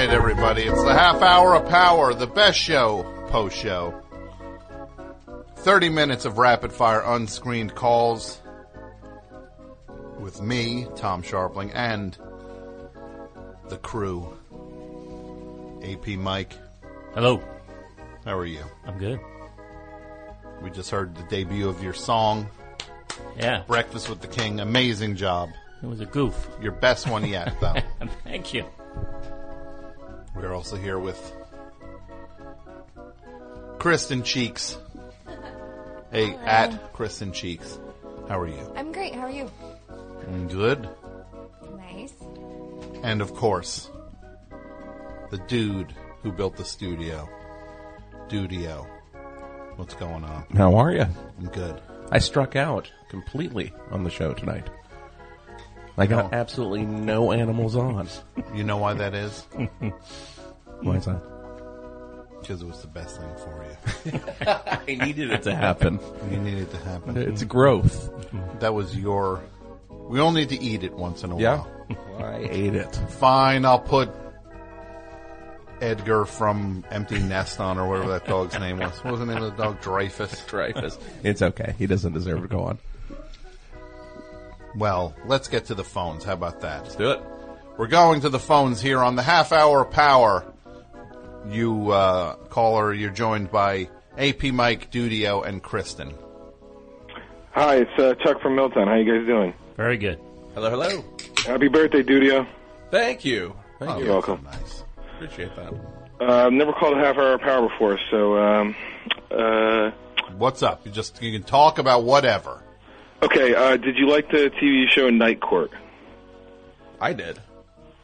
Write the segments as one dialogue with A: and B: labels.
A: everybody. It's the half hour of power, the best show post show. 30 minutes of rapid fire unscreened calls with me, Tom Sharpling, and the crew. AP Mike,
B: Hello.
A: how are you?
B: I'm good.
A: We just heard the debut of your song,
B: Yeah.
A: Breakfast with the King. Amazing job.
B: It was a goof.
A: Your best one yet, though.
B: Thank you.
A: We're also here with Kristen Cheeks. Hey, at Kristen Cheeks. How are you?
C: I'm great. How are you?
A: Good.
C: Nice.
A: And of course, the dude who built the studio. Dudio. What's going on?
D: How are you?
A: I'm good.
D: I struck out completely on the show tonight. I got
A: No.
D: absolutely no animals on.
A: You know why that is?
D: Why is that?
A: Because it was the best thing for you.
D: I needed it to happen.
A: You needed to happen.
D: It's growth.
A: That was your. We all need to eat it once in a
D: Yeah.
A: while.
D: I ate it.
A: Fine, I'll put Edgar from Empty Nest on, or whatever that dog's name was. What was the name of the dog? Dreyfus.
D: Dreyfus. It's okay. He doesn't deserve to go on.
A: Well, let's get to the phones. How about that?
D: Do it.
A: We're going to the phones here on the half hour of power. You uh, caller, you're joined by AP Mike Dudio and Kristen.
E: Hi, it's uh, Chuck from Milltown. How you guys doing?
B: Very good.
D: Hello, hello.
E: Happy birthday, Dudio.
D: Thank you. Thank
A: Oh,
D: you.
A: that's
E: welcome.
A: Nice.
D: Appreciate that.
E: Uh, I've never called a half hour power before, so um, uh,
A: What's up? You just you can talk about whatever.
E: okay. Uh, did you like the TV show Night Court?
D: I did.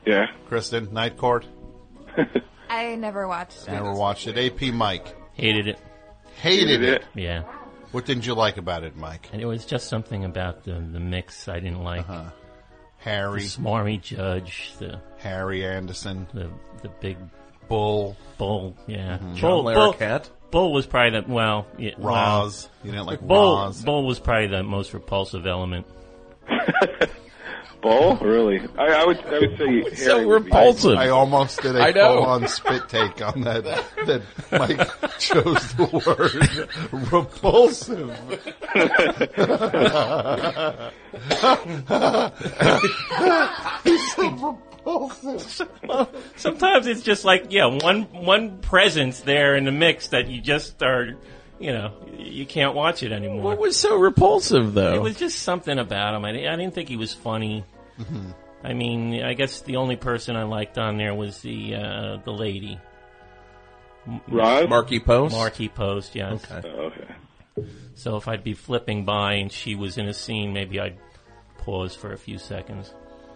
E: Yeah.
A: Kristen, Night Court,
C: I never watched it.
A: never watched it. AP Mike
B: Hated it.
A: hated it.
B: Yeah.
A: What didn't you like about it, Mike?
B: And it was just something about the, the mix I didn't like. The
A: Uh-huh. Harry,
B: smarmy judge, the,
A: Harry Anderson,
B: the, the big
A: Bull, Mm-hmm.
B: bull. Yeah.
D: John
B: Bull, bull,
D: Larroquette.
B: bull was probably the, well, yeah, well,
A: Roz. You didn't like
B: Bull,
A: Roz.
B: bull was probably the most repulsive element.
E: Bull? Really? I, I would. I would say Harry
D: So
E: would be-
D: repulsive.
A: I almost did
D: I
A: a
D: know.
A: full-on spit take on that. That Mike chose the word repulsive.
B: Sometimes it's just like, yeah, one, one presence there in the mix that you just are, you know, you can't watch it anymore.
D: What was so repulsive, though?
B: It was just something about him. I, di- I didn't think he was funny.
D: Mm-hmm.
B: I mean, I guess the only person I liked on there was the uh, the lady,
E: Roz?
D: Marky Post.
B: Marquee Post. Yes.
D: Okay.
E: Oh, okay.
B: So if I'd be flipping by and she was in a scene, maybe I'd pause for a few seconds.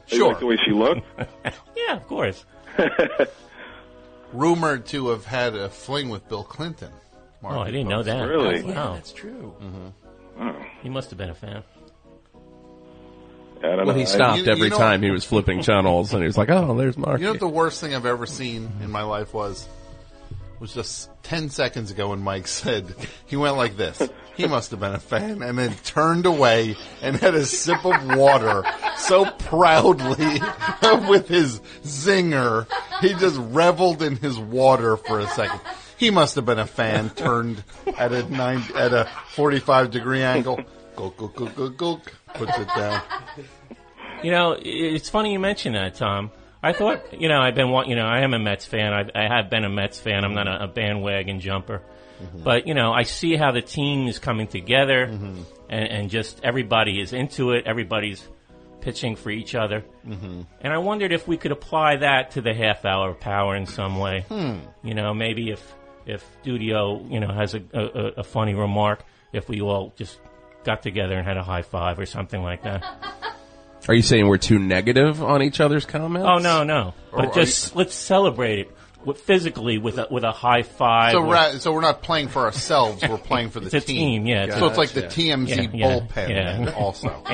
E: You
A: Sure.
E: like the way she looked.
B: Yeah, of course.
A: rumored to have had a fling with Bill Clinton.
B: Oh, I didn't know that.
E: Really?
B: Wow.
D: true. Mm-hmm.
B: He must have been a fan.
E: I don't know.
D: Well, he stopped
A: you- you
D: every
A: know-
D: time he was flipping channels, and he was like, "Oh, there's Marky."
A: You know what the worst thing I've ever seen in my life was? Was just 10 seconds ago when Mike said, he went like this. He must have been a fan and then turned away and had a sip of water so proudly with his zinger. He just reveled in his water for a second. He must have been a fan turned at a nine, at a 45 degree angle. Gulk, gulk, gulk, gulk, gulk. Puts it down.
B: You know, i- it's funny you mention that, Tom. I thought, you know, I've been, wa- you know, I am a Mets fan. I, I have been a Mets fan. I'm not a, a bandwagon jumper, but you know, I see how the team is coming together, and, and just everybody is into it. Everybody's pitching for each other, mm-hmm. and I wondered if we could apply that to the half hour of power in some way. You know, maybe if if Dudio, you know, has a, a, a- a funny remark, if we all just got together and had a high five or something like that.
D: Are you saying we're too negative on each other's comments?
B: Oh no, no!
A: are
B: But just let's celebrate it with, physically with a, with a high five.
A: So,
B: with-
A: ra- so we're not playing for ourselves. We're playing for the
B: It's a team, yeah, it's
A: So
B: a-
A: it's like the TMZ
B: Yeah, yeah,
A: bullpen
B: yeah.
A: then also.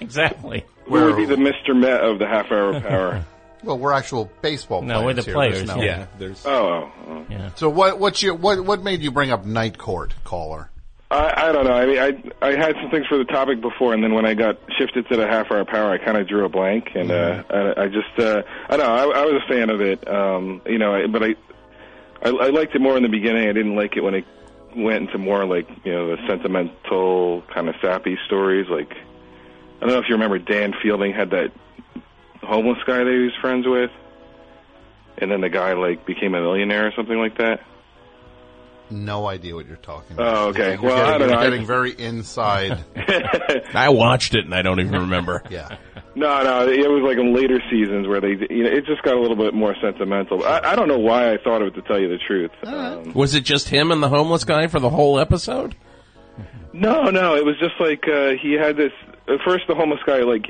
B: exactly.
E: Who would be the Mr. Met of the half hour power?
A: Well, we're actual baseball.
B: No,
A: players
B: we're the
A: here.
B: players,
A: There's
B: yeah.
D: There's
E: oh, oh, oh.
B: Yeah.
A: So what? What's your what? What made you bring up night court caller?
E: I, I don't know. I mean, I I had some things for the topic before, and then when I got shifted to the half hour power, I kind of drew a blank, and uh, I, I just uh, I don't know. I, I was a fan of it, um, you know, I- but I, I I liked it more in the beginning. I didn't like it when it went into more like you know the sentimental kind of sappy stories. Like I don't know if you remember Dan Fielding had that homeless guy that he was friends with, and then the guy like became a millionaire or something like that.
A: No idea what you're talking about.
E: Oh, okay.
A: You're getting,
E: Well, I don't
A: you're
E: know. I-
A: getting very inside.
D: I watched it and I don't even remember.
A: yeah.
E: No, no, it was like in later seasons where they, you know, it just got a little bit more sentimental. I, I don't know why I thought of it to tell you the truth. Um,
D: Was it just him and the homeless guy for the whole episode?
E: no, no, it was just like uh, he had this. At first, the homeless guy, like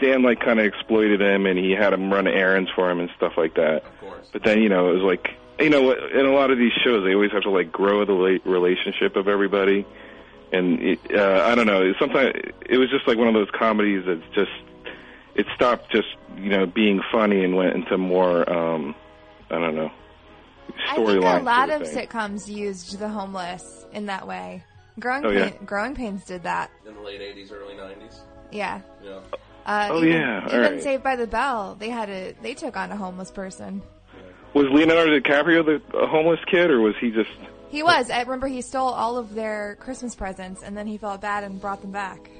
E: Dan, like kind of exploited him, and he had him run errands for him and stuff like that. Of course. But then, you know, it was like, you know, in a lot of these shows, they always have to like grow the la- relationship of everybody. and it, uh, I don't know. Sometimes it was just like one of those comedies that's just it stopped just you know being funny and went into more um, I don't know
C: I think
E: storyline.
C: a lot
E: sort
C: of
E: thing.
C: sitcoms used the homeless in that way. Growing
E: Oh, yeah.
C: Pain, Growing Pains did that.
D: In the late 80s, early 90s.
C: Yeah.
D: Yeah.
C: Uh,
E: Oh,
C: even,
E: yeah, all
C: Even
E: right.
C: Saved by the Bell, they had a they took on a homeless person.
E: Was Leonardo DiCaprio the a homeless kid, or was he just?
C: He was. I remember he stole all of their Christmas presents and then he felt bad and brought them back.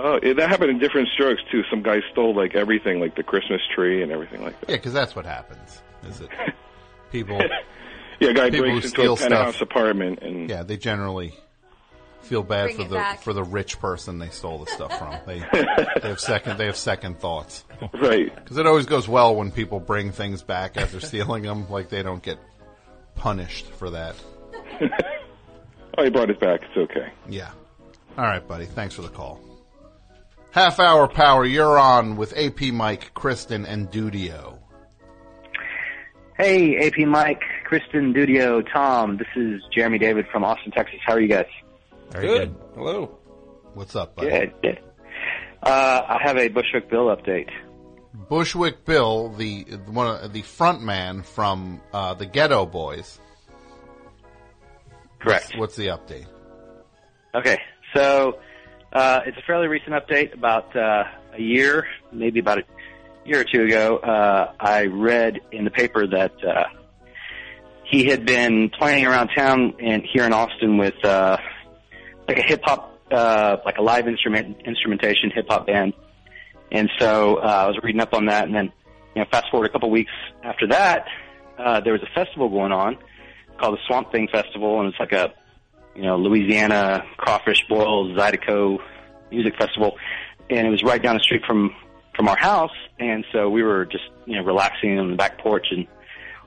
E: Oh, it, that happened in different strokes too. Some guy stole like everything, like the Christmas tree and everything like that.
A: Yeah, because that's what happens. Is it people?
E: Yeah, a guy
A: People
E: breaks
A: who
E: into
A: steal
E: a
A: stuff.
E: penthouse apartment and
A: Yeah, they generally feel bad
C: Bring
A: for
C: it
A: the
C: back.
A: for the rich person they stole the stuff from. They they have second they have second thoughts
E: right.
A: because it always goes well when people bring things back after stealing them. Like they don't get punished for that.
E: Oh, he brought it back. It's okay.
A: Yeah. All right, buddy. Thanks for the call. Half hour power. You're on with AP Mike, Kristen, and Dudio.
F: Hey, AP Mike, Kristen, Dudio, Tom. This is Jeremy David from Austin, Texas. How are you guys?
A: Very
D: Good. Hello.
A: What's up, buddy?
F: Good. Good. Uh, I have a Bushwick Bill update.
A: Bushwick Bill, the one of the front man from uh, the Ghetto Boys.
F: Correct.
A: What's the update?
F: Okay, so uh, it's a fairly recent update. About uh, a year, maybe about a year or two ago, uh, I read in the paper that uh, he had been playing around town and here in Austin with uh, like a hip hop, uh, like a live instrument instrumentation hip hop band. And so uh, I was reading up on that, and then you know, fast forward a couple weeks after that, uh, there was a festival going on called the Swamp Thing Festival, and it's like a you know, Louisiana Crawfish Boil Zydeco Music Festival, and it was right down the street from from our house, and so we were just you know relaxing on the back porch and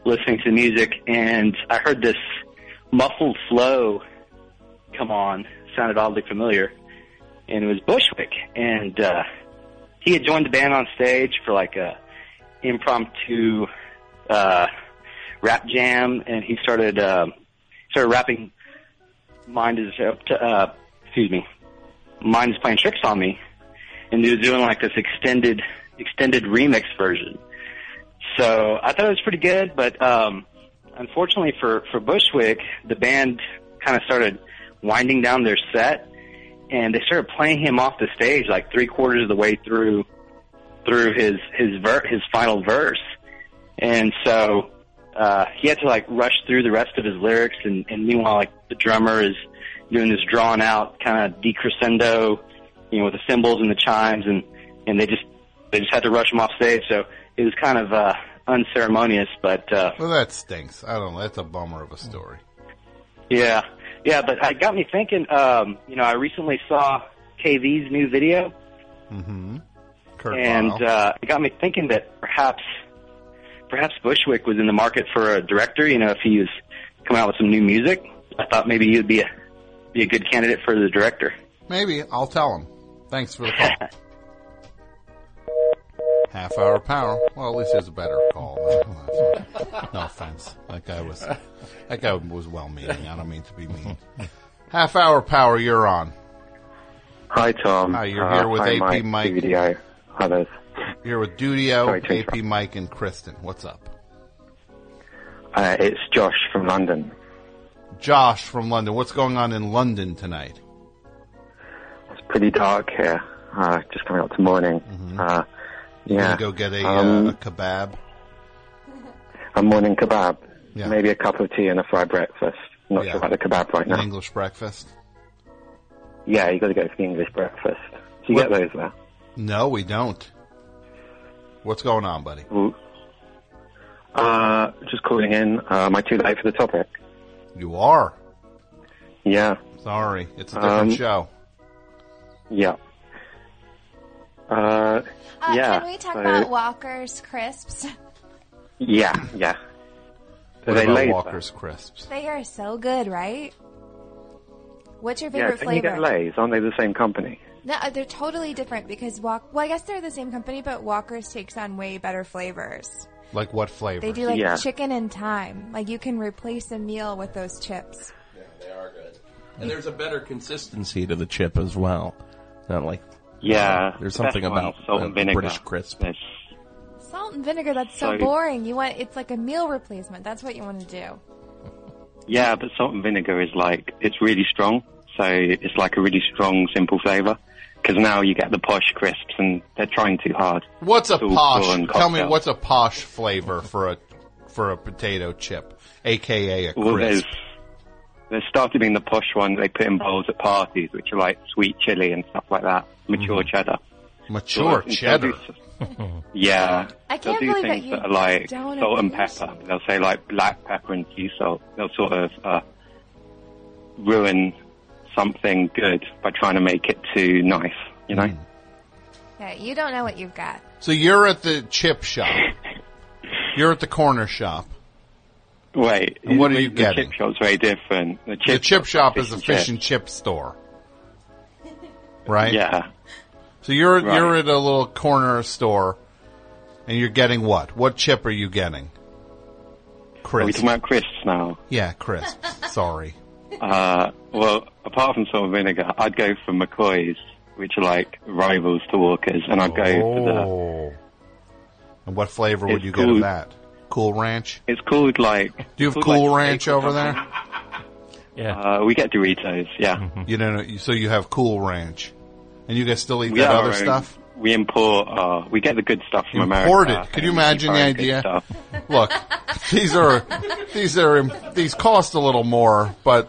F: listening to music, and I heard this muffled flow come on, sounded oddly familiar, and it was Bushwick, and uh, he had joined the band on stage for like a impromptu uh, rap jam, and he started um started rapping mind is up to, uh, excuse me, mind is playing tricks on me, and he was doing like this extended extended remix version. So I thought it was pretty good, but um, unfortunately for for Bushwick, the band kind of started winding down their set, and they started playing him off the stage like three quarters of the way through through his his ver- his final verse, and so uh, he had to like rush through the rest of his lyrics, and, and meanwhile, like the drummer is doing this drawn out kind of decrescendo, you know, with the cymbals and the chimes, and and they just they just had to rush him off stage. So it was kind of uh, unceremonious, but uh,
A: Well, that stinks. I don't know. That's a bummer of a story.
F: yeah, yeah. But it got me thinking. Um, you know, I recently saw KV's new video,
A: Mm-hmm. Kurt
F: and
A: Vile.
F: uh, it got me thinking that perhaps perhaps Bushwick was in the market for a director. You know, if he was coming out with some new music, I thought maybe he would be a be a good candidate for the director.
A: Maybe. I'll tell him. Thanks for the call. Half hour power. Well, at least there's a better call. No offense. That guy was, that guy was well meaning. I don't mean to be mean. Half hour power, you're on.
G: Hi,
H: Um,
G: Tom. Uh,
A: Hi, Ah,
H: uh,
A: you're here with
G: hi,
A: AP Mike.
G: Mike. CVDI. Hi, guys.
A: Here with Dudio,
G: Sorry to
A: AP
G: interrupt.
A: Mike, and Kristen. What's up?
G: Uh, it's Josh from London.
A: Josh from London. What's going on in London tonight?
H: It's pretty dark here. Uh, just coming up to morning. Uh, yeah.
A: Mm-hmm. Gonna go get a,
H: Um,
A: uh, a kebab.
H: a morning kebab.
A: Yeah.
H: Maybe a cup of tea and a fried breakfast. Not
A: Yeah.
H: sure about the kebab right
A: An
H: now.
A: English breakfast?
H: Yeah, you got to go for the English breakfast. Do you
A: What-
H: get those there?
A: No, we don't. What's going on, buddy?
H: Ooh. Uh, just calling in. Uh, am I too late for the topic?
A: You are.
H: Yeah.
A: Sorry, it's a different
H: Um,
A: show.
H: Yeah. Uh,
C: Uh,
H: yeah.
C: Can we talk
H: so-
C: about Walker's crisps?
H: Yeah, yeah. So
A: What
H: they
A: about
H: laid
A: Walker's crisps?
C: They are so good, right? What's your
H: Yeah,
C: favorite
H: didn't you
C: flavor?
H: get Lay's? Aren't they the same company?
C: No, uh, they're totally different because Walk. Well, I guess they're the same company, but Walker's takes on way better flavors.
A: Like what flavor?
C: They do like
H: Yeah.
C: chicken and thyme. Like you can replace a meal with those chips.
D: They are good. And there's a better consistency to the chip as well. Not like
G: Yeah.
D: There's something
G: Best one,
D: about
G: salt
D: the
G: and vinegar.
D: British crisp.
G: Yes.
C: Salt and vinegar. That's so
G: Sorry.
C: boring. You want it's like a meal replacement. That's what you want to do.
G: Yeah, but salt and vinegar is like it's really strong, so it's like a really strong, simple flavour. Because now you get the posh crisps, and they're trying too hard.
A: What's a
G: Soup
A: posh?
G: and
A: Tell me,
G: cocktail.
A: what's a posh flavor for a for a potato chip, aka a
G: Well, there's
A: crisp?
G: there's started being the posh ones they put in bowls at parties, which are like sweet chili and stuff like that, mature cheddar.
A: Mm-hmm. Mature
G: They'll do
A: cheddar.
G: s- yeah,
C: I can't
G: they'll do
C: believe that
G: things
C: you
G: are like
C: don't
G: salt and
C: abuse
G: pepper.
C: it.
G: They'll say like black pepper and sea salt. They'll sort of uh, ruin something good by trying to make it too nice. You
A: Mm.
G: know?
C: Yeah, you don't know what you've got.
A: So you're at the chip shop. You're at the corner shop.
G: Wait,
A: And what are
G: the-
A: you
G: the
A: getting?
G: chip shop's very different. The chip,
A: The chip shop
G: fish
A: is a
G: and
A: fish
G: chip.
A: and chip store, right?
G: Yeah,
A: So you're
G: Right.
A: you're at a little corner store, and you're getting what? What chip are you getting?
G: are we
A: Crisp.
G: talking about crisps now?
A: yeah, crisps. Sorry.
G: Uh, well, apart from salt and vinegar, I'd go for McCoy's, which are like rivals to Walker's, and I'd go for
A: Oh. And what flavor would
G: It's
A: you get of
G: cool.
A: that? Cool Ranch.
G: the. It's called like.
A: Do you have
G: called,
A: Cool
G: like,
A: Ranch over there?
B: Yeah.
G: Uh, we get Doritos, yeah.
A: You don't know. So you have Cool Ranch, and you guys still eat
G: We
A: that
G: have
A: other
G: our own-
A: stuff.
G: We import, uh, we get the good stuff from
A: Imported.
G: America.
A: Could you
G: and
A: imagine
G: we
A: the
G: buy good
A: idea?
G: stuff.
A: Look, these are these are im- these cost a little more, but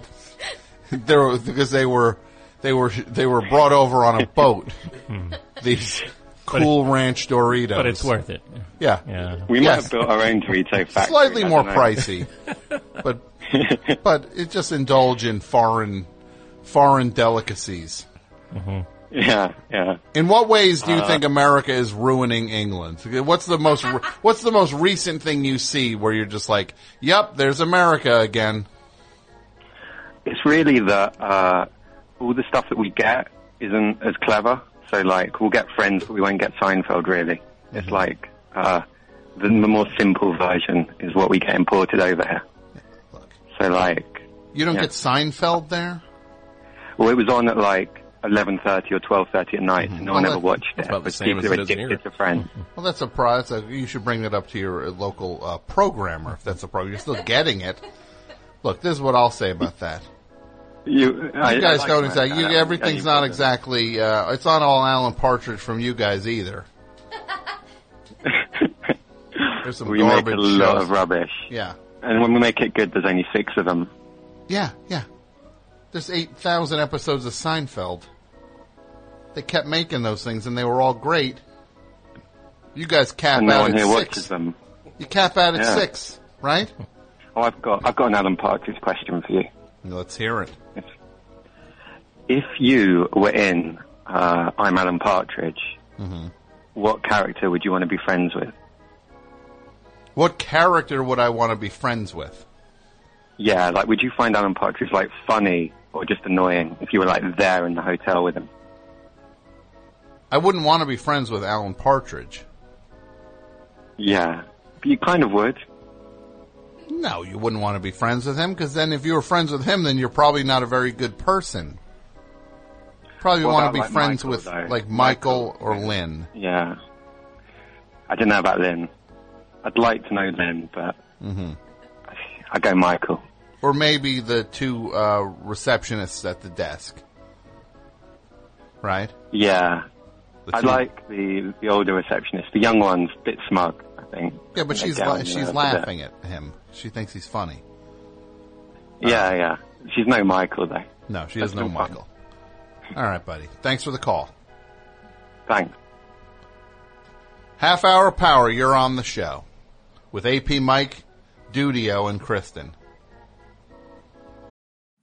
A: they're because they were they were they were brought over on a boat. these Cool Ranch Doritos,
B: Hmm. But it's worth it.
A: yeah,
B: Yeah.
G: We might
A: Yes.
G: have built our own Dorito factory.
A: slightly
G: I
A: more
G: don't know.
A: pricey, but but it just indulge in foreign foreign delicacies.
G: Mm-hmm. Yeah, yeah. Uh,
A: In what ways do you think America is ruining England? What's the most re- What's the most recent thing you see where you're just like, "Yep, there's America again."
G: It's really that uh, all the stuff that we get isn't as clever. So, like, we'll get Friends, but we won't get Seinfeld, really. It's
A: Mm-hmm.
G: like uh, the, the more simple version is what we get imported over here. So, like,
A: You don't
G: Yeah.
A: get Seinfeld there.
G: well, it was on at, like, 11.30 or 12.30 at night. and No
A: Mm-hmm. Well,
G: one ever
A: that-
G: watched it.
D: about the
G: but
D: same
G: people
D: as
G: are
D: it is in
G: addicted
D: here.
G: to Friends.
A: Well, that's a pro. That's a, you should bring that up to your uh, local uh, programmer if that's a problem. You're still getting it. Look, this is what I'll say about that.
G: You, I,
A: You guys
G: I like uh,
A: don't
G: that.
A: exactly.
G: I
A: You,
G: don't-
A: everything's
G: I
A: not
G: don't-
A: exactly. Uh, it's not all Alan Partridge from you guys either. There's some
G: We make
A: garbage
G: a lot
A: shows.
G: of rubbish.
A: yeah,
G: And when we make it good, there's only six of them.
A: yeah, yeah. There's eight thousand episodes of Seinfeld. They kept making those things, and they were all great. You guys cap
G: And no
A: out
G: one
A: at
G: here
A: six.
G: watches them.
A: You cap out at
G: Yeah.
A: six, right?
G: Oh, I've got I've got an Alan Partridge question for you.
A: Let's hear it.
G: If, if you were in uh, I'm Alan Partridge,
A: Mm-hmm.
G: what character would you want to be friends with?
A: What character would I want to be friends with?
G: Yeah, like would you find Alan Partridge like funny or just annoying if you were like there in the hotel with him?
A: I wouldn't want to be friends with Alan Partridge.
G: Yeah, you kind of would.
A: No, you wouldn't want to be friends with him because then if you were friends with him, then you're probably not a very good person. Probably
G: What
A: want to
G: about,
A: be
G: like,
A: friends
G: Michael,
A: with
G: though?
A: like Michael or Lynn.
G: Yeah, I don't know
A: Mm-hmm.
G: about Lynn. I'd like to know Lynn, but I go Michael.
A: or maybe the two uh, receptionists at the desk. Right?
I: Yeah.
A: The
I: I
A: two-
I: like the the older receptionist. The young one's a bit smug, I think.
A: Yeah, but she's
I: That gal,
A: la-
I: you know,
A: she's
I: that's a bit-
A: laughing at him. She thinks he's funny.
I: Yeah, yeah. She's no Michael though.
A: No, she has
I: That's
A: no
I: no fun.
A: Michael. All right, buddy. Thanks for the call.
I: Thanks.
A: Half hour power. You're on the show with AP Mike, Dudio, and Kristen.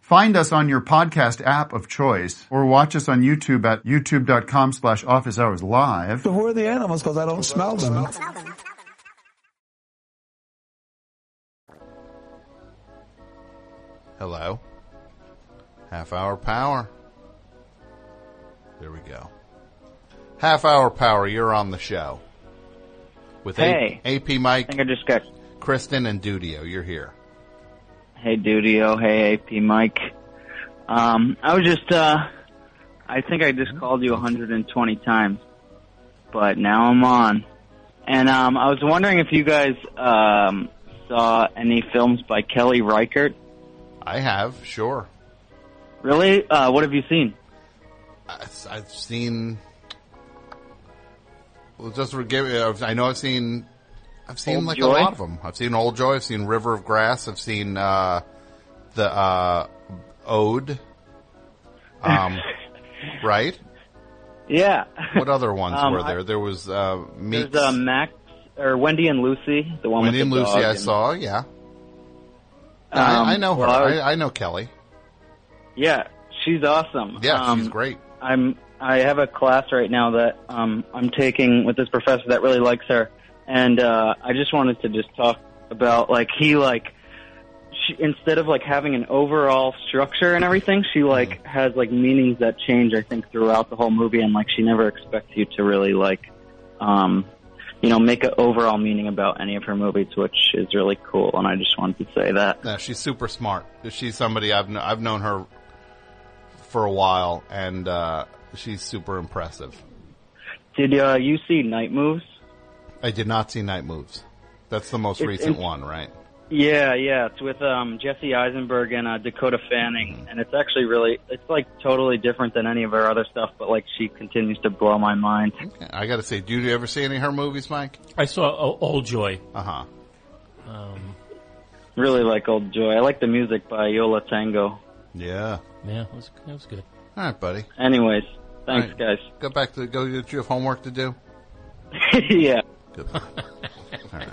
J: Find us on your podcast app of choice or watch us on YouTube at youtube.com slash office hours live.
H: Who are the animals? Because I don't smell them.
A: Hello. Half hour power. There we go. Half hour power. You're on the show with
K: Hey.
A: A- AP
K: I
A: Mike,
K: think I just got.
A: Kristen, and Dudio. You're here.
K: Hey, Dudio. Hey, AP Mike. Um, I was just. Uh, I think I just called you 120 times, but now I'm on. And um, I was wondering if you guys um, saw any films by Kelly Reichert.
A: I have, sure.
K: Really? Uh, what have you seen?
A: I- I've seen. Well, just for give. I've- I know I've seen. I've seen
K: Old
A: like
K: Joy?
A: a lot of them. I've seen Old Joy. I've seen River of Grass. I've seen uh, the uh, Ode. Um, right.
K: Yeah.
A: What other ones
K: Um,
A: were
K: I-
A: there? there was uh, Meeks,
K: There's uh, Max or Wendy and Lucy, the one
A: Wendy
K: with
A: and
K: the
A: Lucy.
K: dog
A: I
K: and-
A: saw. Yeah,
K: Um,
A: I, I know her.
K: well, I was-
A: I, I know Kelly.
K: yeah, she's awesome.
A: Yeah,
K: um,
A: she's great.
K: I'm I have a class right now that um, I'm taking with this professor that really likes her, and uh, I just wanted to just talk about like he like she, instead of like having an overall structure and everything, she
A: Mm.
K: like has like meanings that change. I think throughout the whole movie, and like she never expects you to really like um, you know make an overall meaning about any of her movies, which is really cool. And I just wanted to say that.
A: No, she's super smart. She's somebody I've kn- I've known her for a while, and uh, she's super impressive.
K: Did uh, you see Night Moves?
A: I did not see Night Moves. That's the most
K: It's
A: recent
K: int-
A: one, right?
K: Yeah, yeah, it's with um, Jesse Eisenberg and uh, Dakota Fanning, and it's actually really, it's like totally different than any of her other stuff, but like she continues to blow my mind.
A: I got to say, do you ever see any of her movies, Mike?
B: I saw o- Old Joy.
A: Uh huh.
B: Um,
K: Really like Old Joy. I like the music by Yola Tango.
A: Yeah.
B: yeah, it was, it was good.
A: All right, buddy.
K: Anyways, thanks
A: All
K: guys.
A: Go back to go. Do you have homework to do?
K: yeah,
A: Good. All right.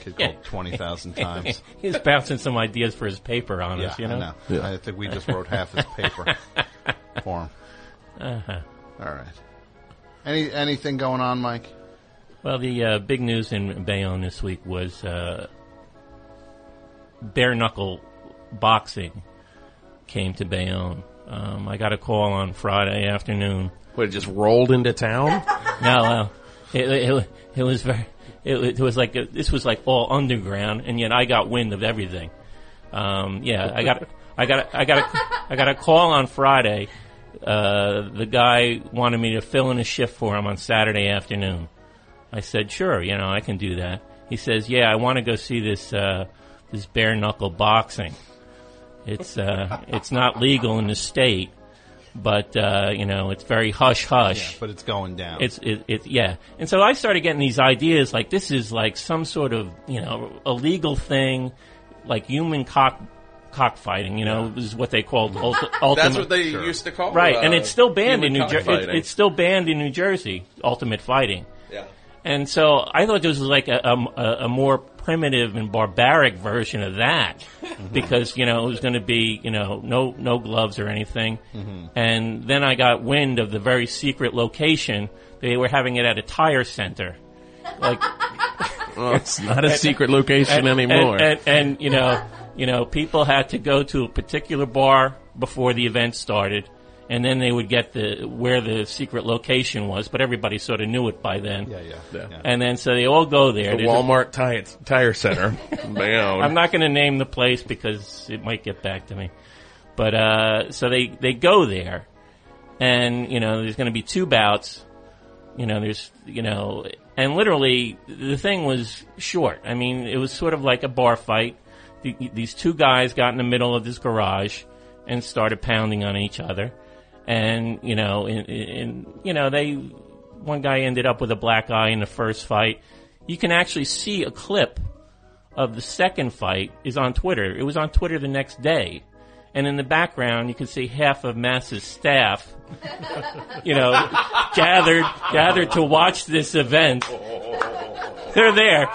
A: Kid called twenty thousand times.
B: He's bouncing some ideas for his paper on
A: Yeah,
B: us, you know?
A: I know.
D: Yeah.
A: I think we just wrote half his paper for him.
B: Uh-huh.
A: All right. Any anything going on, Mike?
B: Well, the uh, big news in Bayonne this week was uh, bare knuckle boxing came to Bayonne. Um, I got a call on Friday afternoon.
D: What, it just rolled into town?
B: No, uh, it, it, it was very. It, it was like a, this was like all underground, and yet I got wind of everything. Um, yeah, I got I got I got a, I got a call on Friday. Uh, the guy wanted me to fill in a shift for him on Saturday afternoon. I said, "Sure, you know, I can do that." He says, "Yeah, I want to go see this uh, this bare knuckle boxing. It's uh, it's not legal in the state, but uh, you know, it's very hush hush."
A: But it's going down.
B: It's it, it yeah. And so I started getting these ideas like this is like some sort of you know illegal thing, like human cock cockfighting. You know is what they called ult- ultimate.
D: That's what they used to call
B: right,
D: uh,
B: and it's still banned in
D: human
B: New Jersey. It's,
D: cockfighting.
B: it's still banned in New Jersey. Ultimate fighting.
D: yeah.
B: And so I thought this was like a, um, a, a more primitive and barbaric version of that, because you know it was going to be you know no no gloves or anything.
D: Mm-hmm.
B: And then I got wind of the very secret location they were having it at a tire center, like
D: Well, it's not a secret location anymore.
B: and, and, and you know, you know, people had to go to a particular bar before the event started, and then they would get the where the secret location was. But everybody sort of knew it by then.
A: Yeah, yeah, yeah.
B: And then so they all go there.
D: The
B: There's a-
D: Walmart tire, tire center. Man.
B: I'm not going to name the place because it might get back to me. But uh, so they they go there, and you know there's going to be two bouts. You know there's you know and literally the thing was short. I mean it was sort of like a bar fight. The, these two guys got in the middle of this garage and started pounding on each other, and you know in, in you know they one guy ended up with a black eye in the first fight. You can actually see a clip of the second fight is on Twitter. It was on Twitter the next day. And in the background, you can see half of Mass's staff, you know, gathered, gathered to watch this event. They're there.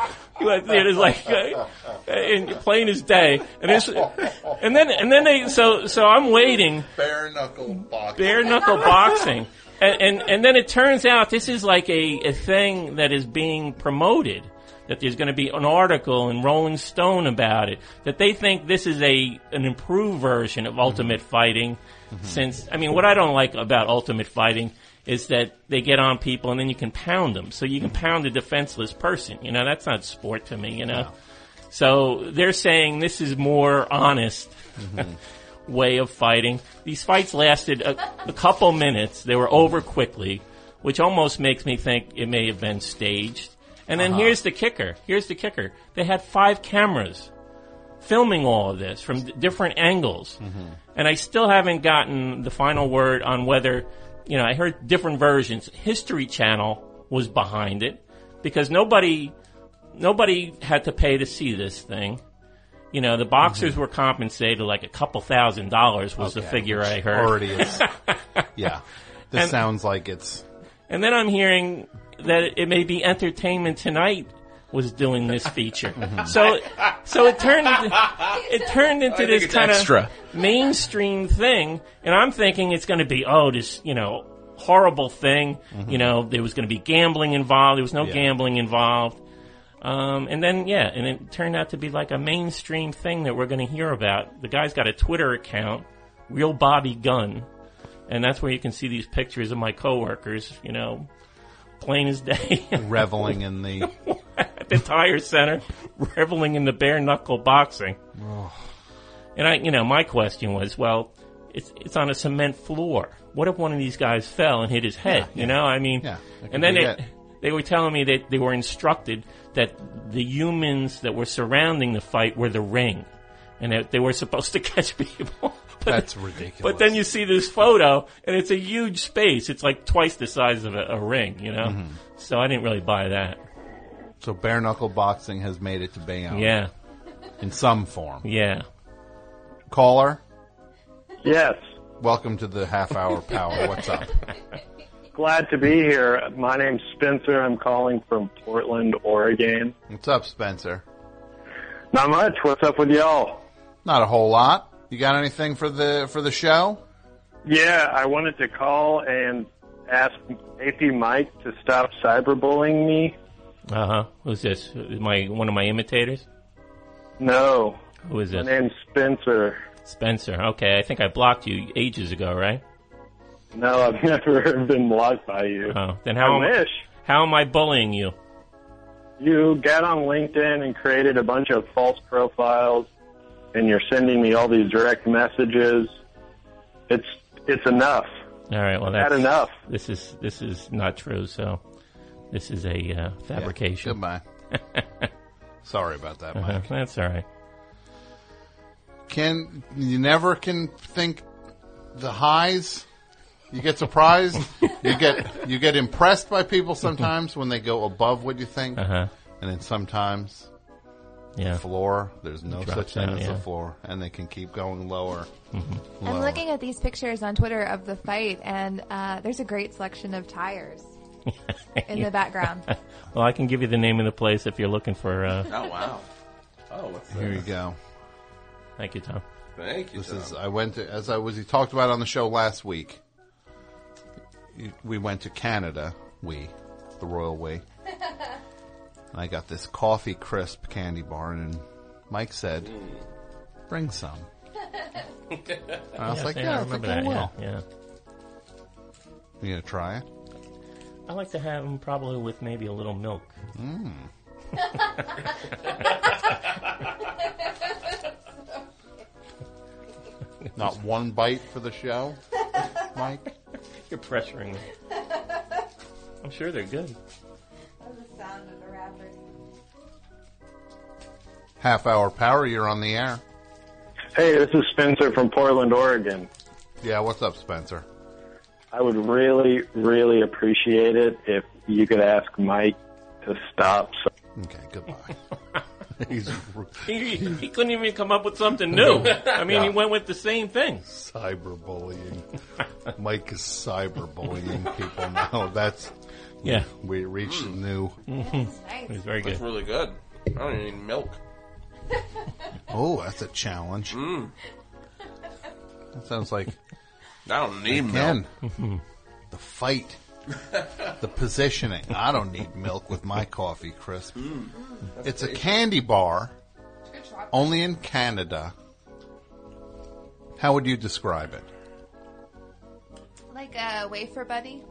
B: It is like, uh, in plain as day. And, it's, and then, and then they, so, so I'm waiting
A: Bare knuckle box.
B: bare knuckle boxing. And, and and then it turns out this is like a, a thing that is being promoted. That there's going to be an article in Rolling Stone about it. That they think this is a an improved version of Ultimate Fighting. Since I mean, what I don't like about Ultimate Fighting is that they get on people and then you can pound them. So you can pound a defenseless person. You know that's not sport to me. You know. So they're saying this is more honest way of fighting. These fights lasted a, a couple minutes. They were over quickly, which almost makes me think it may have been staged. And then
L: Uh-huh.
B: here's the kicker. Here's the kicker. They had five cameras filming all of this from d- different angles.
A: Mm-hmm.
B: And I still haven't gotten the final word on whether, you know, I heard different versions. History Channel was behind it because nobody, nobody had to pay to see this thing. You know, the boxers were compensated like a couple thousand dollars was the
A: Mm-hmm. Okay,
B: figure
A: which
B: I heard.
A: already is- yeah. This
B: And-
A: sounds like it's
B: And then I'm hearing that it may be Entertainment Tonight was doing this feature.
A: Mm-hmm.
B: So, so it turned into, it turned
L: I
B: into
L: think
B: this
L: it's
B: kind
L: extra.
B: of mainstream thing, and I'm thinking it's going to be oh this you know horrible thing.
A: Mm-hmm.
B: You know there was going to be gambling involved. There was no
L: Yeah.
B: gambling involved. Um, and then yeah, and it turned out to be like a mainstream thing that we're going to hear about. The guy's got a Twitter account, real Bobby Gunn, and that's where you can see these pictures of my coworkers. You know, plain as day,
A: reveling in the.
B: at the tire center, reveling in the bare knuckle boxing.
A: Oh.
B: And I, you know, my question was, well, it's it's on a cement floor. What if one of these guys fell and hit his head?
A: Yeah,
B: you
A: yeah.
B: know, I mean,
A: Yeah, that could
B: and then
A: be
B: it,
A: it.
B: they were telling me that they were instructed that the humans that were surrounding the fight were the ring, and that they were supposed to catch people.
A: That's ridiculous.
B: But then you see this photo, and it's a huge space. It's like twice the size of a, a ring, you know.
A: Mhm.
B: So I didn't really buy that.
A: So bare knuckle boxing has made it to Bayonne.
B: Yeah.
A: In some form.
B: Yeah.
A: Caller?
M: Yes.
A: Welcome to the half hour power. What's up?
M: Glad to be here. My name's Spencer. I'm calling from Portland, Oregon.
A: What's up, Spencer?
M: Not much. What's up with y'all?
A: Not a whole lot. You got anything for the for the show?
M: Yeah, I wanted to call and ask AP Mike to stop cyberbullying me.
B: Uh huh. Who's this? My one of my imitators?
M: No.
B: Who is
M: My
B: this?
M: name's Spencer.
B: Spencer. Okay, I think I blocked you ages ago, right?
M: No, I've never been blocked by you.
B: Oh, then how
M: I
B: am,
M: wish.
B: How am I bullying you?
M: You got on LinkedIn and created a bunch of false profiles, and you're sending me all these direct messages. It's it's enough.
B: All right. Well,
M: I've
B: that's
M: had enough.
B: This is this is not true. So, this is a uh, fabrication.
A: goodbye. Sorry about that,
B: Uh-huh,
A: Mike.
B: That's all right.
A: Can you never can think the highs? You get surprised. you get you get impressed by people sometimes when they go above what you think,
B: Uh-huh.
A: and then sometimes,
B: Yeah.
A: the floor. There's no
B: Drops
A: such thing
B: out,
A: as
B: yeah. Mm-hmm.
A: the floor, and they can keep going lower.
C: I'm
A: lower.
C: looking at these pictures on Twitter of the fight, and uh, there's a great selection of tires in the background.
B: well, I can give you the name of the place if you're looking for. Uh,
D: Oh, wow. Oh, what's that?
A: Here you go.
B: Thank you, Tom.
D: Thank you,
A: This
D: Tom.
A: is I went to as I was he talked about on the show last week. you- We went to Canada. We, the royal we. And I got this coffee crisp candy bar, and Mike said, "Bring some." And I was
B: Yes,
A: like,
B: yeah,
A: "Yeah,
B: I
A: I, think
B: remember
A: I
B: that,
A: will."
B: yeah, yeah.
A: You gonna try it?
B: I like to have them probably with maybe a little milk.
A: Mm. Not one bite for the show, Mike.
B: You're pressuring me. I'm sure they're good.
C: the sound of the rapper.
A: Half hour power. You're on the air.
M: Hey, this is Spencer from Portland, Oregon.
A: Yeah, what's up, Spencer?
M: I would really, really appreciate it if you could ask Mike to stop.
A: Okay, goodbye. He's
B: He, he couldn't even come up with something new. I mean, he
A: Yeah.
B: went with the same thing.
A: cyberbullying. Mike is cyberbullying people now. That's
B: Yeah.
A: We reached a new.
B: It was very
D: That's
B: good.
D: really good. I don't even need milk.
A: Oh, that's a challenge.
D: Mm.
A: That sounds like
D: I don't need
A: again,
D: milk.
A: the fight, the positioning. I don't need milk with my coffee crisp.
D: Mm. That's
A: It's a
D: tasty.
A: candy bar, only in Canada. How would you describe it?
C: Like a wafer buddy.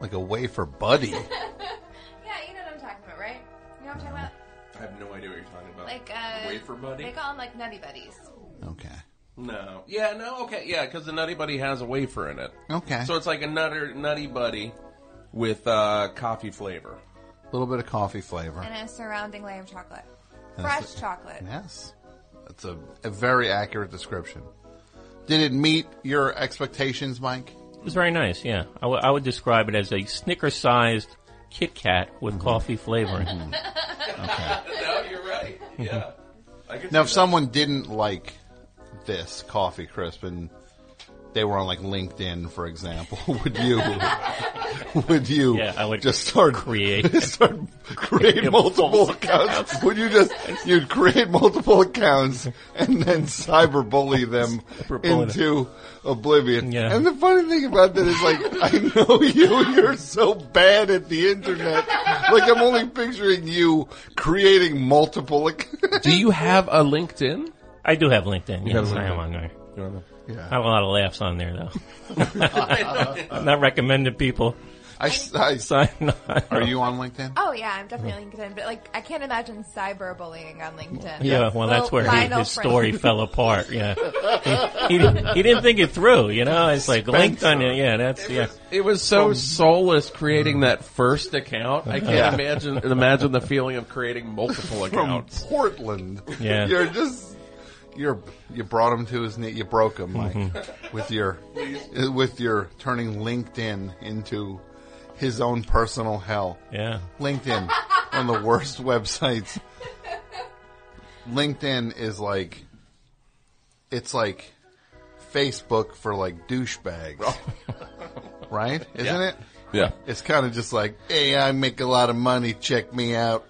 A: Like a wafer buddy.
C: Yeah, you know what I'm talking about, right? You know what I'm talking about?
D: I have no idea what you're talking about.
C: Like uh,
D: wafer buddy.
C: They call them like nutty buddies.
A: Okay.
D: No. Yeah, no, okay, yeah, because the Nutty Buddy has a wafer in it.
A: Okay.
D: So it's like a nutter, Nutty Buddy with uh, coffee flavor.
A: A little bit of coffee flavor.
C: And a surrounding layer of chocolate.
A: And
C: Fresh
A: it's-
C: chocolate.
A: Yes. That's a, a very accurate description. Did it meet your expectations, Mike?
B: It was very nice, yeah. I, w- I would describe it as a Snicker sized Kit Kat with
A: Mm-hmm.
B: coffee flavoring.
D: no, you're right. Yeah. I could
A: Now, if
D: see
A: someone didn't like this coffee crisp and they were on like LinkedIn, for example, would you? would you?
B: Yeah, I would
A: just start
B: create,
A: start create
B: Yeah,
A: multiple
B: multiple
A: accounts. Would you just you'd create multiple accounts and then cyberbully them
B: Cyberbully
A: into oblivion?
B: Yeah.
A: And the funny thing about that is, like, I know you. You're so bad at the internet. Like, I'm only picturing you creating multiple. Accounts.
D: Do you have a LinkedIn?
B: I do have LinkedIn.
D: You have
B: yes, I am
D: LinkedIn.
B: on there.
D: You're on there.
A: Yeah.
B: I have a lot of laughs on there, though. I'm not recommending people
A: I, I-
B: sign on.
A: Are you on LinkedIn?
C: Oh yeah, I'm definitely LinkedIn, but like I can't imagine cyberbullying on LinkedIn.
B: Yeah, well,
C: Little
B: that's where he,
C: Lionel
B: his story
C: Francis.
B: fell apart. Yeah, he, he, didn't- he didn't think it through. You know, it's like linked on it. Yeah, that's yeah.
D: It was so soulless creating that first account. I can't
A: Yeah.
D: imagine imagine the feeling of creating multiple
A: From
D: accounts.
A: Portland.
B: Yeah.
A: You're just you're you brought him to his knee. You broke him, Mike,
B: Mm-hmm.
A: with your with your turning LinkedIn into his own personal hell.
B: Yeah.
A: LinkedIn, one of the worst websites. LinkedIn is like it's like Facebook for like douchebags. right? Isn't
D: Oh. Yeah.
A: it?
D: Yeah.
A: It's kind of just like, hey, I make a lot of money. Check me out.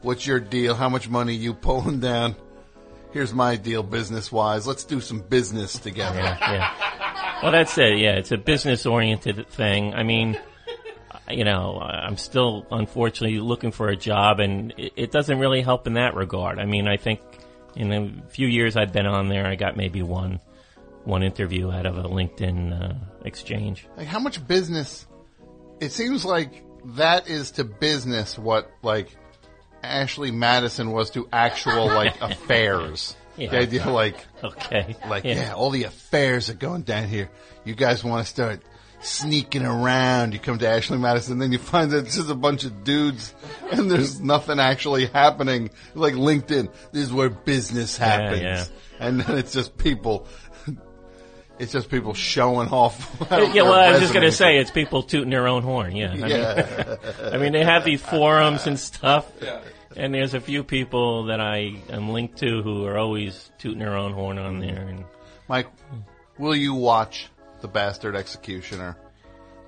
A: What's your deal? How much money you pulling down? Here's my deal, business wise. Let's do some business together.
B: Well, that's it. Yeah, it's a business oriented thing. I mean, you know, I'm still unfortunately looking for a job, and it, it doesn't really help in that regard. I mean, I think in a few years I've been on there, I got maybe one one interview out of a LinkedIn uh, exchange.
A: Like, how much business? It seems like that is to business what like Ashley Madison was to actual like affairs.
B: Yeah.
A: The idea, like,
B: Okay,
A: like yeah. all the affairs are going down here. You guys want to start sneaking around? You come to Ashley Madison, then you find that it's just a bunch of dudes, and there's nothing actually happening. Like LinkedIn, this is where business happens,
B: yeah.
A: and then it's just people. It's just people showing off.
B: yeah, well, I was just
A: going to
B: gonna say it's people tooting their own horn. Yeah, I mean,
A: Yeah.
B: I mean they have these forums and stuff, and there's a few people that I am linked to who are always tooting their own horn on there. And
A: Mike, will you watch The Bastard Executioner,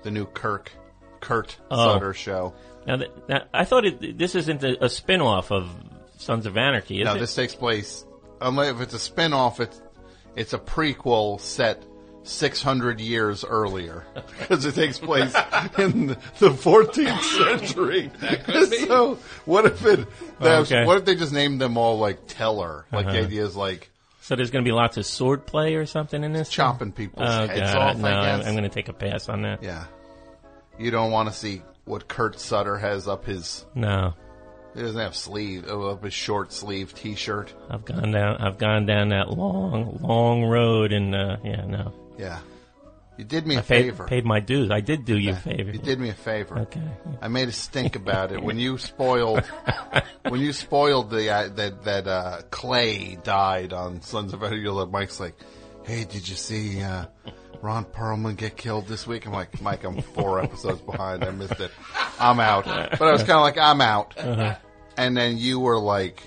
A: the new Kirk, Kurt
B: Oh.
A: Sutter show?
B: now, that, now I thought it, this isn't a, a spin off of Sons of Anarchy, is
A: now,
B: it?
A: this takes place, unless if it's a spin off, it's, it's a prequel set 600 years earlier. Because it takes place in the 14th century. so, what if it, that was-
B: Okay.
A: what if they just named them all like Teller? Like, the
B: Uh-huh.
A: idea is like,
B: So there's going to be lots of sword play or something in this.
A: Chopping people's
B: oh,
A: heads
B: God,
A: off, I
B: No, I'm-
A: guess.
B: I'm going to take a pass on that.
A: Yeah. You don't want to see what Kurt Sutter has up his.
B: No.
A: He doesn't have sleeve, oh, up his short sleeve t shirt.
B: I've gone down. I've gone down that long, long road, and uh, yeah, no.
A: Yeah. You did me a
B: I paid,
A: favor.
B: Paid my dues. I did do you a favor.
A: You did me a favor.
B: Okay.
A: I made a stink about it when you spoiled when you spoiled the uh, that that uh, Clay died on Sons of Anarchy. Mike's like, "Hey, did you see uh, Ron Perlman get killed this week?" I'm like, "Mike, I'm four episodes behind. I missed it. I'm out." But I was kind of like, "I'm out,"
B: Uh-huh.
A: and then you were like.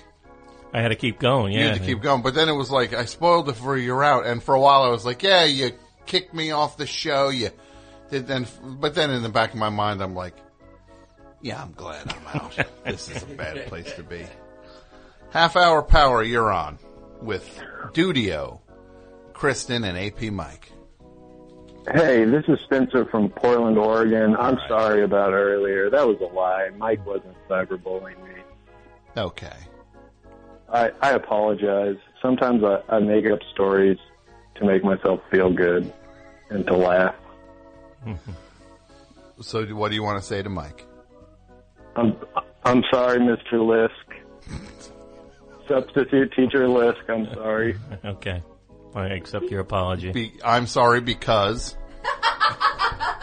B: I had to keep going. Yeah.
A: You had to keep going. But then it was like, I spoiled it for you're out. And for a while I was like, yeah, you kicked me off the show. You did then. But then in the back of my mind, I'm like, yeah, I'm glad I'm out. this is a bad place to be. Half hour power, you're on with Dudio, Kristen, and AP Mike.
M: Hey, this is Spencer from Portland, Oregon. I'm sorry about earlier. That was a lie. Mike wasn't cyberbullying me.
A: Okay.
M: I, I apologize. Sometimes I, I make up stories to make myself feel good and to laugh.
A: So do- what do you want to say to Mike?
M: I'm I'm sorry, Mr. Lisk. Substitute teacher Lisk, I'm sorry.
B: Okay. I accept your apology.
A: Be, I'm sorry because.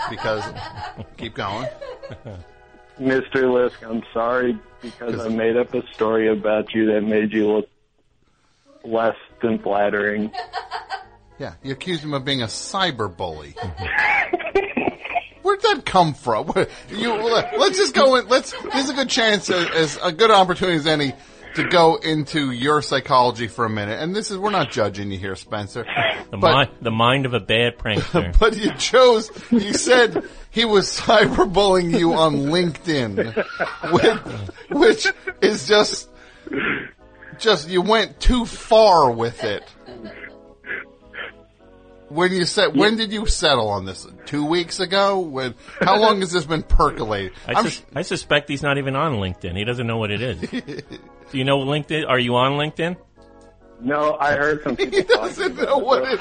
A: because. Keep going.
M: Mr. Lisk, I'm sorry because I made up a story about you that made you look less than flattering.
A: Yeah, you accused him of being a cyber bully.
B: Mm-hmm.
A: Where'd that come from? Where- You, let's just go in. Let's. There's a good chance, as- as a good opportunity as any, to go into your psychology for a minute. And this is we're not judging you here, Spencer.
B: The,
A: But-
B: mi- the mind of a bad prankster.
A: But you chose. You said he was cyberbullying you on LinkedIn, which, which is just, just you went too far with it. When you said, when did you settle on this? Two weeks ago? When? How long has this been percolating?
B: I,
A: I'm
B: sus- I suspect he's not even on LinkedIn. He doesn't know what it is. Do you know LinkedIn? Are you on LinkedIn?
M: No, I heard some people. he
A: doesn't know what it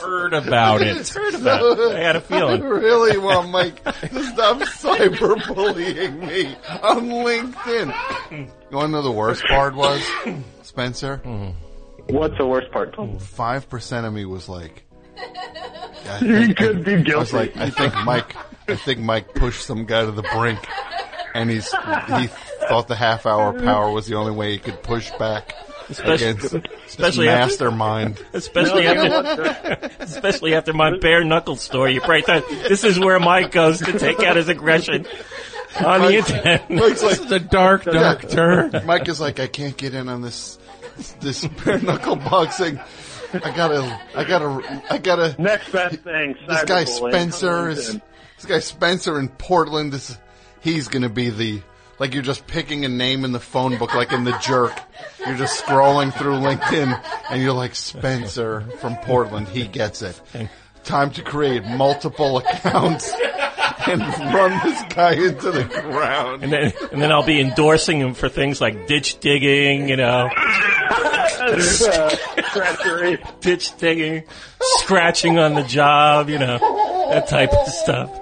B: Heard about it.
A: Heard
B: about it. I had a feeling.
A: I really want Mike to stop cyberbullying me on LinkedIn. You want to know the worst part was, Spencer?
B: Mm-hmm.
M: What's the worst part?
A: Five percent of me was like, I
M: You
A: think-
M: could be
A: I was
M: guilty.
A: like, I think Mike, I think Mike pushed some guy to the brink, and he's he thought the half hour power was the only way he could push back.
B: Especially-
A: against this
B: especially after-
A: mastermind,
B: Especially after, especially after my bare knuckle story. You probably thought this is where Mike goes to take out his aggression on the internet.
A: a dark, dark turn. Mike is like, I can't get in on this this bare knuckle boxing. I gotta, I gotta, I gotta.
M: Next best thing.
A: This guy
M: cyberbullying.
A: Spencer is this guy Spencer in Portland. This he's gonna be the like you're just picking a name in the phone book, like in the jerk. You're just scrolling through LinkedIn and you're like Spencer from Portland. He gets it. Time to create multiple accounts and run this guy into the ground.
B: And then, and then I'll be endorsing him for things like ditch digging, you know,
M: Treachery.
B: ditch digging, scratching on the job, you know, that type of stuff.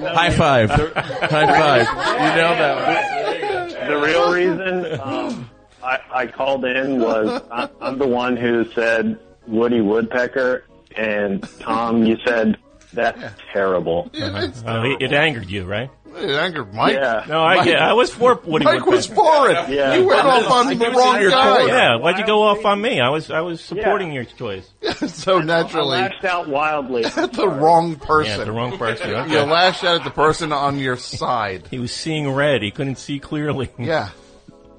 D: High five. High five. You know that.
M: The real reason um, I, I called in was I, I'm the one who said Woody Woodpecker, and Tom, you said that's terrible.
B: Oh, it, it angered you, right?
A: It angered Mike.
M: Yeah.
B: No, I get. I was for Woody
A: Mike was
B: Woodpecker.
A: for it.
M: Yeah.
A: You went off on the wrong guy.
B: Yeah, why'd you go off on me? I was I was supporting your choice.
A: so naturally,
M: I lashed out wildly.
A: at the wrong person.
B: Yeah, the wrong person. Okay.
A: You lash out at the person on your side.
B: He was seeing red. He couldn't see clearly.
A: Yeah.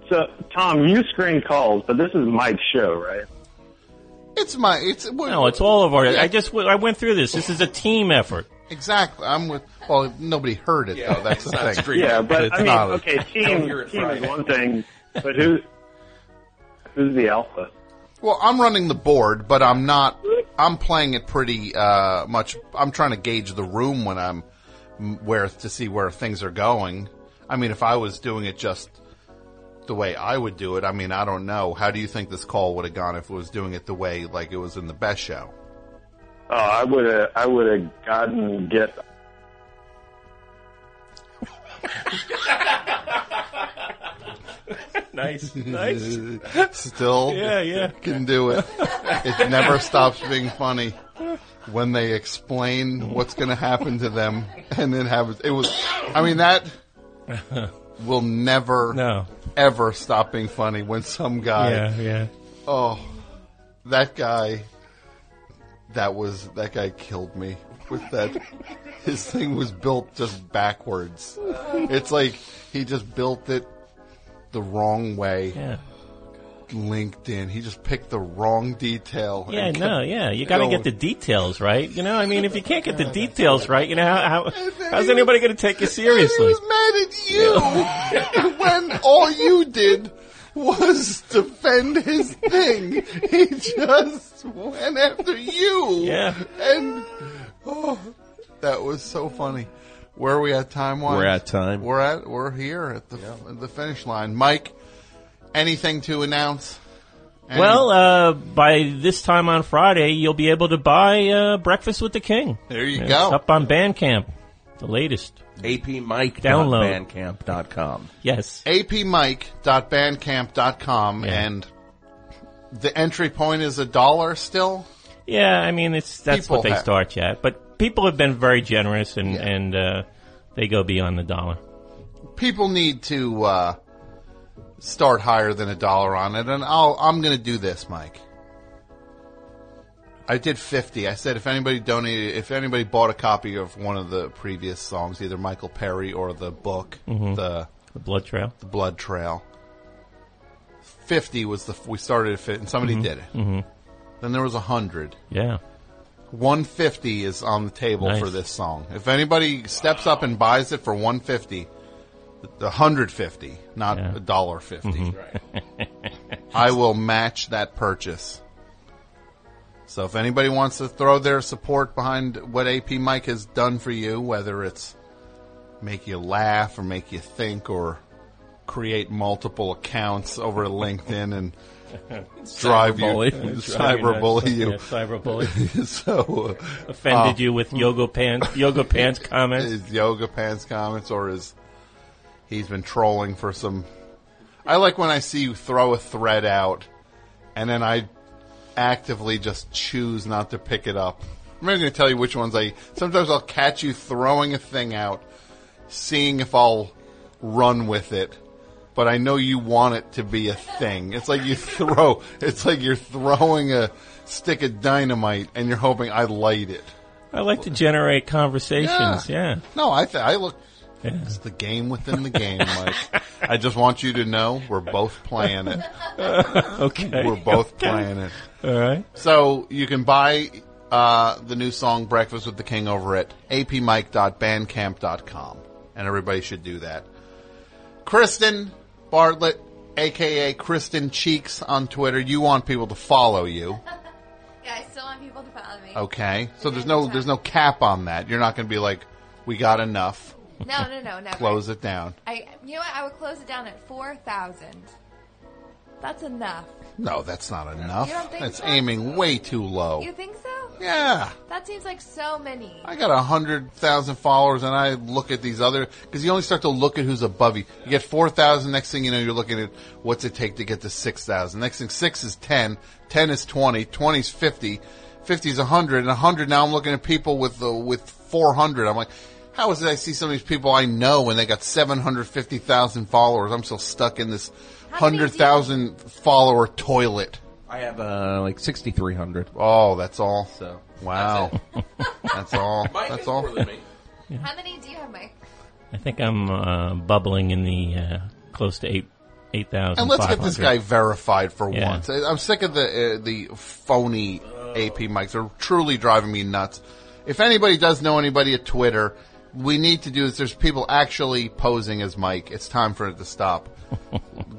M: So, Tom, you screen calls, but this is Mike's show, right?
A: It's my, it's, well,
B: No, it's all of our. I just I went through this. This is a team effort.
A: exactly. I'm with, well, nobody heard it though. That's the thing.
M: Yeah, but
A: it's
M: I mean,
A: not a-
M: okay, team, team is one thing, but who, who's the alpha?
A: Well, I'm running the board, but I'm not, I'm playing it pretty, uh, much, I'm trying to gauge the room when I'm, where, to see where things are going. I mean, if I was doing it just the way I would do it. I mean, I don't know. How do you think this call would have gone if it was doing it the way like it was in the best show?
M: Oh, I would have. I would have gotten get.
B: nice, nice.
A: Still,
B: Yeah, yeah.
A: can do it. It never stops being funny when they explain what's going to happen to them, and then have it was. I mean that will never,
B: No.
A: ever stop being funny when some guy,
B: Yeah, yeah.
A: oh, that guy, that was that guy killed me with that. His thing was built just backwards. It's like he just built it the wrong way.
B: Yeah.
A: LinkedIn. He just picked the wrong detail. and
B: Yeah,
A: kept
B: no, yeah. You got to
A: going.
B: get the details right. You know, I mean, if you can't get the details right, you know, how, how how's anybody going to take you seriously?
A: mad at you when all you did was defend his thing. He just went after you.
B: Yeah.
A: And oh, that was so funny. Where are we at time wise?
D: We're at time.
A: We're at we're here at the at the finish line. Mike, anything to announce? Any-
B: Well, uh, by this time on Friday, you'll be able to buy uh, Breakfast with the King.
A: There
D: you
B: It's
D: go.
B: up on Bandcamp, the latest. Download.
D: apmike.bandcamp.com.
B: Yes.
A: apmike.bandcamp.com and the entry point is a dollar still.
B: Yeah, I mean, it's that's
A: People
B: what they
A: have-
B: start at. But people have been very generous, and and uh, they go beyond the dollar.
A: people need to uh, start higher than a dollar on it, and I'll, I'm going to do this, Mike. I did fifty. I said if anybody donated, if anybody bought a copy of one of the previous songs, either Michael Perry or the book,
B: Mhm.
A: the
B: The Blood Trail.
A: the Blood Trail. Fifty was the we started at fifty, and somebody
B: Mhm.
A: did it.
B: Mhm.
A: Then there was a hundred.
B: Yeah.
A: 150 is on the table
B: Nice.
A: for this song. If anybody steps up and buys it for 150, the 150, not a dollar 50,
B: Mm-hmm.
A: I will match that purchase. So if anybody wants to throw their support behind what AP Mike has done for you, whether it's make you laugh or make you think or create multiple accounts over LinkedIn and drive you
B: Cyberbully.
A: cyberbully you
B: Yeah, cyberbully.
A: so uh,
B: Offended
A: uh,
B: you with yoga pants? Yoga pants comments?
A: his yoga pants comments or his he's been trolling for some I like when I see you throw a thread out and then I actively just choose not to pick it up. I'm not going to tell you which ones I sometimes I'll catch you throwing a thing out seeing if I'll run with it. But I know you want it to be a thing. It's like you throw it's like you're throwing a stick of dynamite and you're hoping I light it.
B: I like to generate conversations. Yeah.
A: No, I th- I look. It's the game within the game, Mike. I just want you to know we're both playing it.
B: Okay.
A: We're both
B: Okay.
A: playing it.
B: All right.
A: So you can buy uh, the new song "Breakfast with the King" over at apmike.bandcamp.com, and everybody should do that. Kristen Bartlett, aka Kristen Cheeks, on Twitter. You want people to follow you,
C: Yeah, I still want people to follow me.
A: okay? So there's no there's no cap on that. You're not going to be like, we got enough.
C: No, no, no, never.
A: Close it down.
C: I, you know what? I would close it down at four thousand. That's enough.
A: No, that's not enough.
C: You don't think
A: That's
C: so?
A: aiming way too low.
C: You think so?
A: Oh. Yeah.
C: That seems like so many.
A: I got a hundred thousand followers, and I look at these other because you only start to look at who's above you. You get four thousand. Next thing you know, you're looking at what's it take to get to six thousand. Next thing, six is ten, ten is twenty, twenty is fifty, fifty is a hundred, and a hundred. Now I'm looking at people with the with four hundred. I'm like, how is it I see some of these people I know when they got seven hundred fifty thousand followers? I'm still stuck in this hundred thousand follower toilet.
D: I have uh, like 6,300.
A: Oh, that's all.
D: So
A: Wow, that's all.
D: Mike
A: That's
D: is
A: all.
D: more than me.
C: How many do you have, Mike?
B: I think I'm uh, bubbling in the uh, close to eight eight thousand.
A: And let's get this guy verified for
B: Yeah.
A: once. I- I'm sick of the uh, the phony AP mics. They're truly driving me nuts. If anybody does know anybody at Twitter, we need to do this. There's people actually posing as Mike. It's time for it to stop.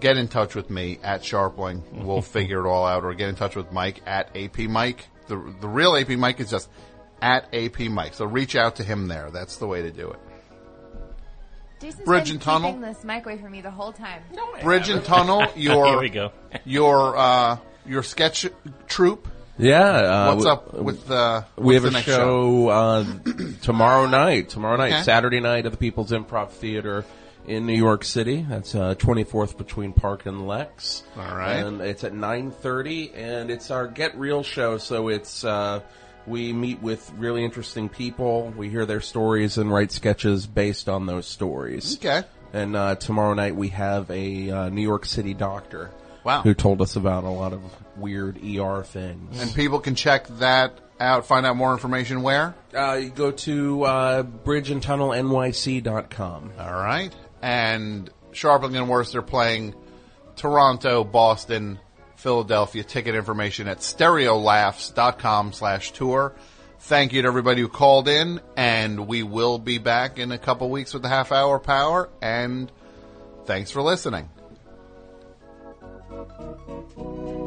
A: get in touch with me at Sharpling. We'll figure it all out. Or get in touch with Mike at AP Mike. The the real AP Mike is just at AP Mike. So reach out to him there. That's the way to do it.
C: Jason's
A: Bridge
C: been
A: and tunnel?
C: keeping this mic away from me the whole time.
A: Bridge and Tunnel, your
B: Here we go.
A: your uh, your sketch troupe.
D: Yeah. Uh,
A: What's
D: we-
A: up with, uh,
D: we
A: what's
D: have
A: the
D: a
A: next
D: show, Uh, tomorrow night. Tomorrow night,
A: Okay.
D: Saturday night at the People's Improv Theater in New York City. That's uh, 24th between Park and Lex. All
A: right.
D: And it's at 9:30, and it's our Get Real show. So it's uh, we meet with really interesting people. We hear their stories and write sketches based on those stories.
A: Okay.
D: And uh, tomorrow night we have a uh, New York City doctor.
A: Wow.
D: Who told us about a lot of weird ER things.
A: And people can check that out. Find out more information where.
D: Uh, you go to uh, bridgeandtunnelnyc.com.
A: All right. And Sharpling and Worst are playing Toronto, Boston, Philadelphia. Ticket information at stereolaughs.com slash tour. Thank you to everybody who called in, and we will be back in a couple weeks with the half hour power. And thanks for listening.
L: Thank